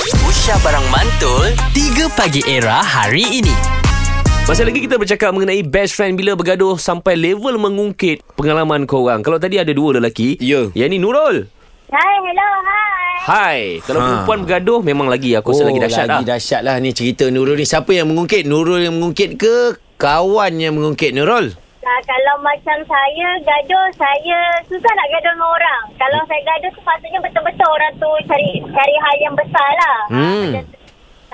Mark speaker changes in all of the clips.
Speaker 1: Aisyah Barang Mantul 3 Pagi Era hari ini
Speaker 2: Masih lagi kita bercakap mengenai best friend bila bergaduh sampai level mengungkit pengalaman korang. Kalau tadi ada dua lelaki.
Speaker 3: Ya.
Speaker 2: Yang ni Nurul.
Speaker 4: Hai, hello, hai.
Speaker 2: Hai. Kalau
Speaker 3: Ha.
Speaker 2: perempuan bergaduh memang lagi aku rasa lagi dahsyat
Speaker 3: Oh, lagi
Speaker 2: lah.
Speaker 3: dahsyat lah ni cerita Nurul ni. Siapa yang mengungkit? Nurul yang mengungkit ke kawan yang mengungkit Nurul?
Speaker 4: Ah, kalau macam saya gaduh, saya susah nak gaduh dengan orang. Kalau saya gaduh tu maksudnya betul-betul orang tu cari cari hal yang besar lah.
Speaker 3: Hmm.
Speaker 4: Macam tu.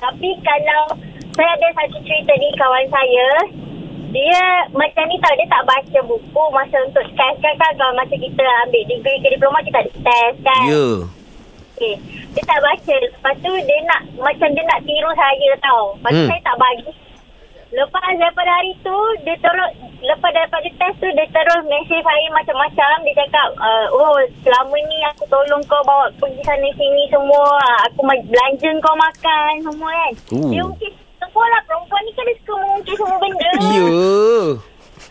Speaker 4: Tapi kalau saya ada satu cerita ni kawan saya, dia macam ni tau, dia tak baca buku masa untuk test kan, kan kalau masa kita ambil degree ke diploma kita ada test kan.
Speaker 3: Ya.
Speaker 4: Okey. Eh, Dia tak baca. Lepas tu dia nak macam dia nak tiru saya tau. Lepas tu
Speaker 3: Hmm.
Speaker 4: hmm. saya tak bagi. Lepas daripada hari tu dia terus lepas daripada test tu dia terus mesej saya macam-macam dia cakap uh, oh selama ni aku tolong kau bawa pergi sana sini semua aku ma- belanja kau makan semua kan.
Speaker 2: Ooh.
Speaker 4: Dia mungkin semua lah perempuan ni kan dia suka mengungkit semua benda.
Speaker 3: Ya.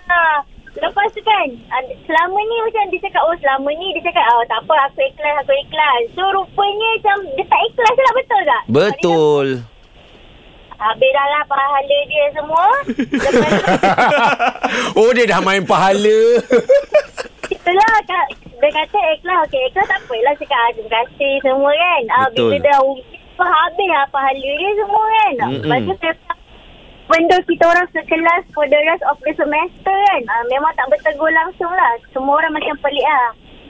Speaker 4: Ha, lepas tu kan ad- Selama ni macam dia cakap Oh selama ni dia cakap oh, Tak apa aku ikhlas aku ikhlas So rupanya macam Dia tak ikhlas lah betul tak?
Speaker 3: Betul.
Speaker 4: Habis dah lah pahala dia semua Lepas tu
Speaker 3: oh dia dah main pahala.
Speaker 4: Itulah kak, Dia kata ikhlas Okay ikhlas tak apa lah Cakap ah, terima kasih semua kan ah,
Speaker 3: Betul.
Speaker 4: Bila dah uji pun Habis lah pahala dia semua kan Lepas tu memang Benda kita orang sekelas For the rest of the semester kan ah, Memang tak bertegur langsung lah Semua orang macam pelik lah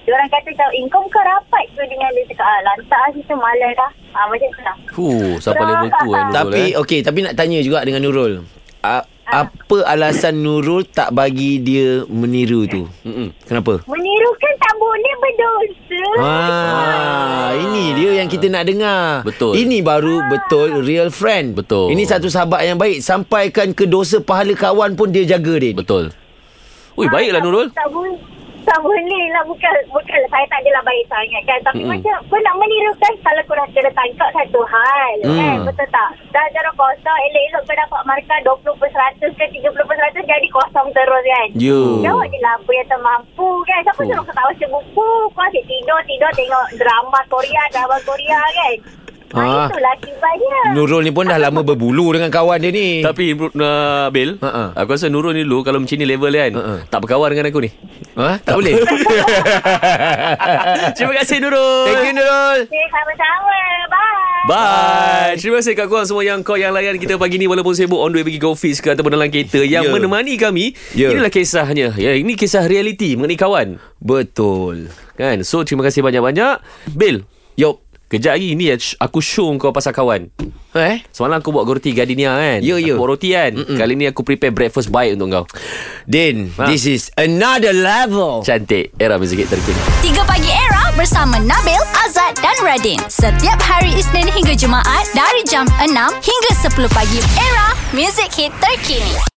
Speaker 4: Diorang kata macam Eh kau bukan rapat ke dengan dia Cakap ah, lantak lah situ malas lah ah, Macam tu lah ah,
Speaker 2: Huh, sampai level tu eh Nurul.
Speaker 3: tapi
Speaker 2: eh.
Speaker 3: okey, tapi nak tanya juga dengan Nurul. A- apa alasan Nurul tak bagi dia meniru tu?
Speaker 2: Mm-mm.
Speaker 3: Kenapa?
Speaker 4: Menirukan tak boleh berdosa
Speaker 3: Ah, ini dia yang kita nak dengar.
Speaker 2: Betul.
Speaker 3: Ini baru betul real friend.
Speaker 2: Betul.
Speaker 3: Ini satu sahabat yang baik sampaikan ke dosa pahala kawan pun dia jaga dia.
Speaker 2: Betul. eh. Ui, baiklah Nurul.
Speaker 4: Tak boleh. Tak boleh lah. Bukan, bukan lah. Saya tak adalah baik sangat kan. Tapi
Speaker 2: Mm-mm.
Speaker 4: mm-hmm. macam kau nak menirukan kalau korang kena tangkap satu hal. Mm. Kan? Betul tak? Dah jarak kosong. Elok-elok kau dapat markah 20 per 100 ke 30 per 100 jadi kosong terus kan.
Speaker 3: Ya.
Speaker 4: Jawab je lah apa yang termampu kan. Siapa
Speaker 2: Fuh.
Speaker 4: suruh kau tak baca buku. Kau asyik tidur, tidur tengok drama Korea, drama Korea kan. Ha,
Speaker 3: Ah.
Speaker 4: itulah akibatnya.
Speaker 3: Nurul ni pun dah lama berbulu dengan kawan dia ni.
Speaker 2: Tapi uh, Bil,
Speaker 3: Ha, ha.
Speaker 2: aku rasa Nurul ni dulu kalau macam ni level kan,
Speaker 3: Ha, ha.
Speaker 2: tak berkawan dengan aku ni.
Speaker 3: ha? tak boleh.
Speaker 2: Terima kasih Nurul.
Speaker 3: Thank you Nurul.
Speaker 4: Okay, sama-sama. Bye.
Speaker 2: Bye. Terima kasih kat korang semua yang kau yang layan kita pagi ni walaupun sibuk on the way pergi go fish ke ataupun dalam kereta yang
Speaker 3: Ya.
Speaker 2: menemani kami.
Speaker 3: Ya.
Speaker 2: Inilah kisahnya. Ya, ini kisah realiti mengenai kawan.
Speaker 3: Betul.
Speaker 2: Kan? So terima kasih banyak-banyak. Bil,
Speaker 3: Yup.
Speaker 2: kejap lagi ni sh- aku show kau pasal kawan.
Speaker 3: Eh?
Speaker 2: Semalam aku buat roti gardenia kan.
Speaker 3: Ya, ya.
Speaker 2: Aku buat roti kan. Mm-mm. Kali ni aku prepare breakfast baik untuk kau.
Speaker 3: Din,
Speaker 2: Ha.
Speaker 3: this is another level.
Speaker 2: Cantik. Era muzik hit terkini.
Speaker 5: 3 Pagi Era bersama Nabil, Azad dan Radin. Setiap hari Isnin hingga Jumaat dari jam 6 hingga 10 pagi. Era, music hit terkini.